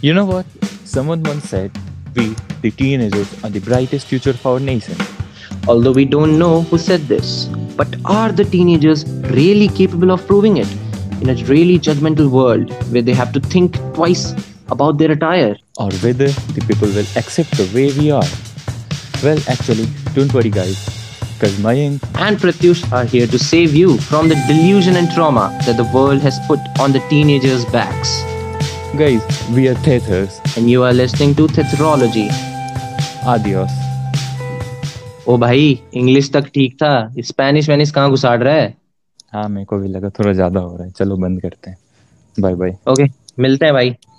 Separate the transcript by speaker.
Speaker 1: You know what? Someone once said, We, the teenagers, are the brightest future for our nation.
Speaker 2: Although we don't know who said this, but are the teenagers really capable of proving it in a really judgmental world where they have to think twice about their attire?
Speaker 1: Or whether the people will accept the way we are. Well, actually, don't worry, guys, because Mayank
Speaker 2: And Pratyush are here to save you from the delusion and trauma that the world has put on the teenagers' backs.
Speaker 1: Guys, we are Tethers.
Speaker 2: And you are listening to Tethrology.
Speaker 1: Adios.
Speaker 2: ओ भाई English तक ठीक था Spanish Venice कहाँ घुसाड़ रहा है
Speaker 1: हाँ मेरे को भी लगा थोड़ा ज़्यादा हो रहा है चलो बंद करते हैं बाय बाय
Speaker 2: ओके मिलते हैं भाई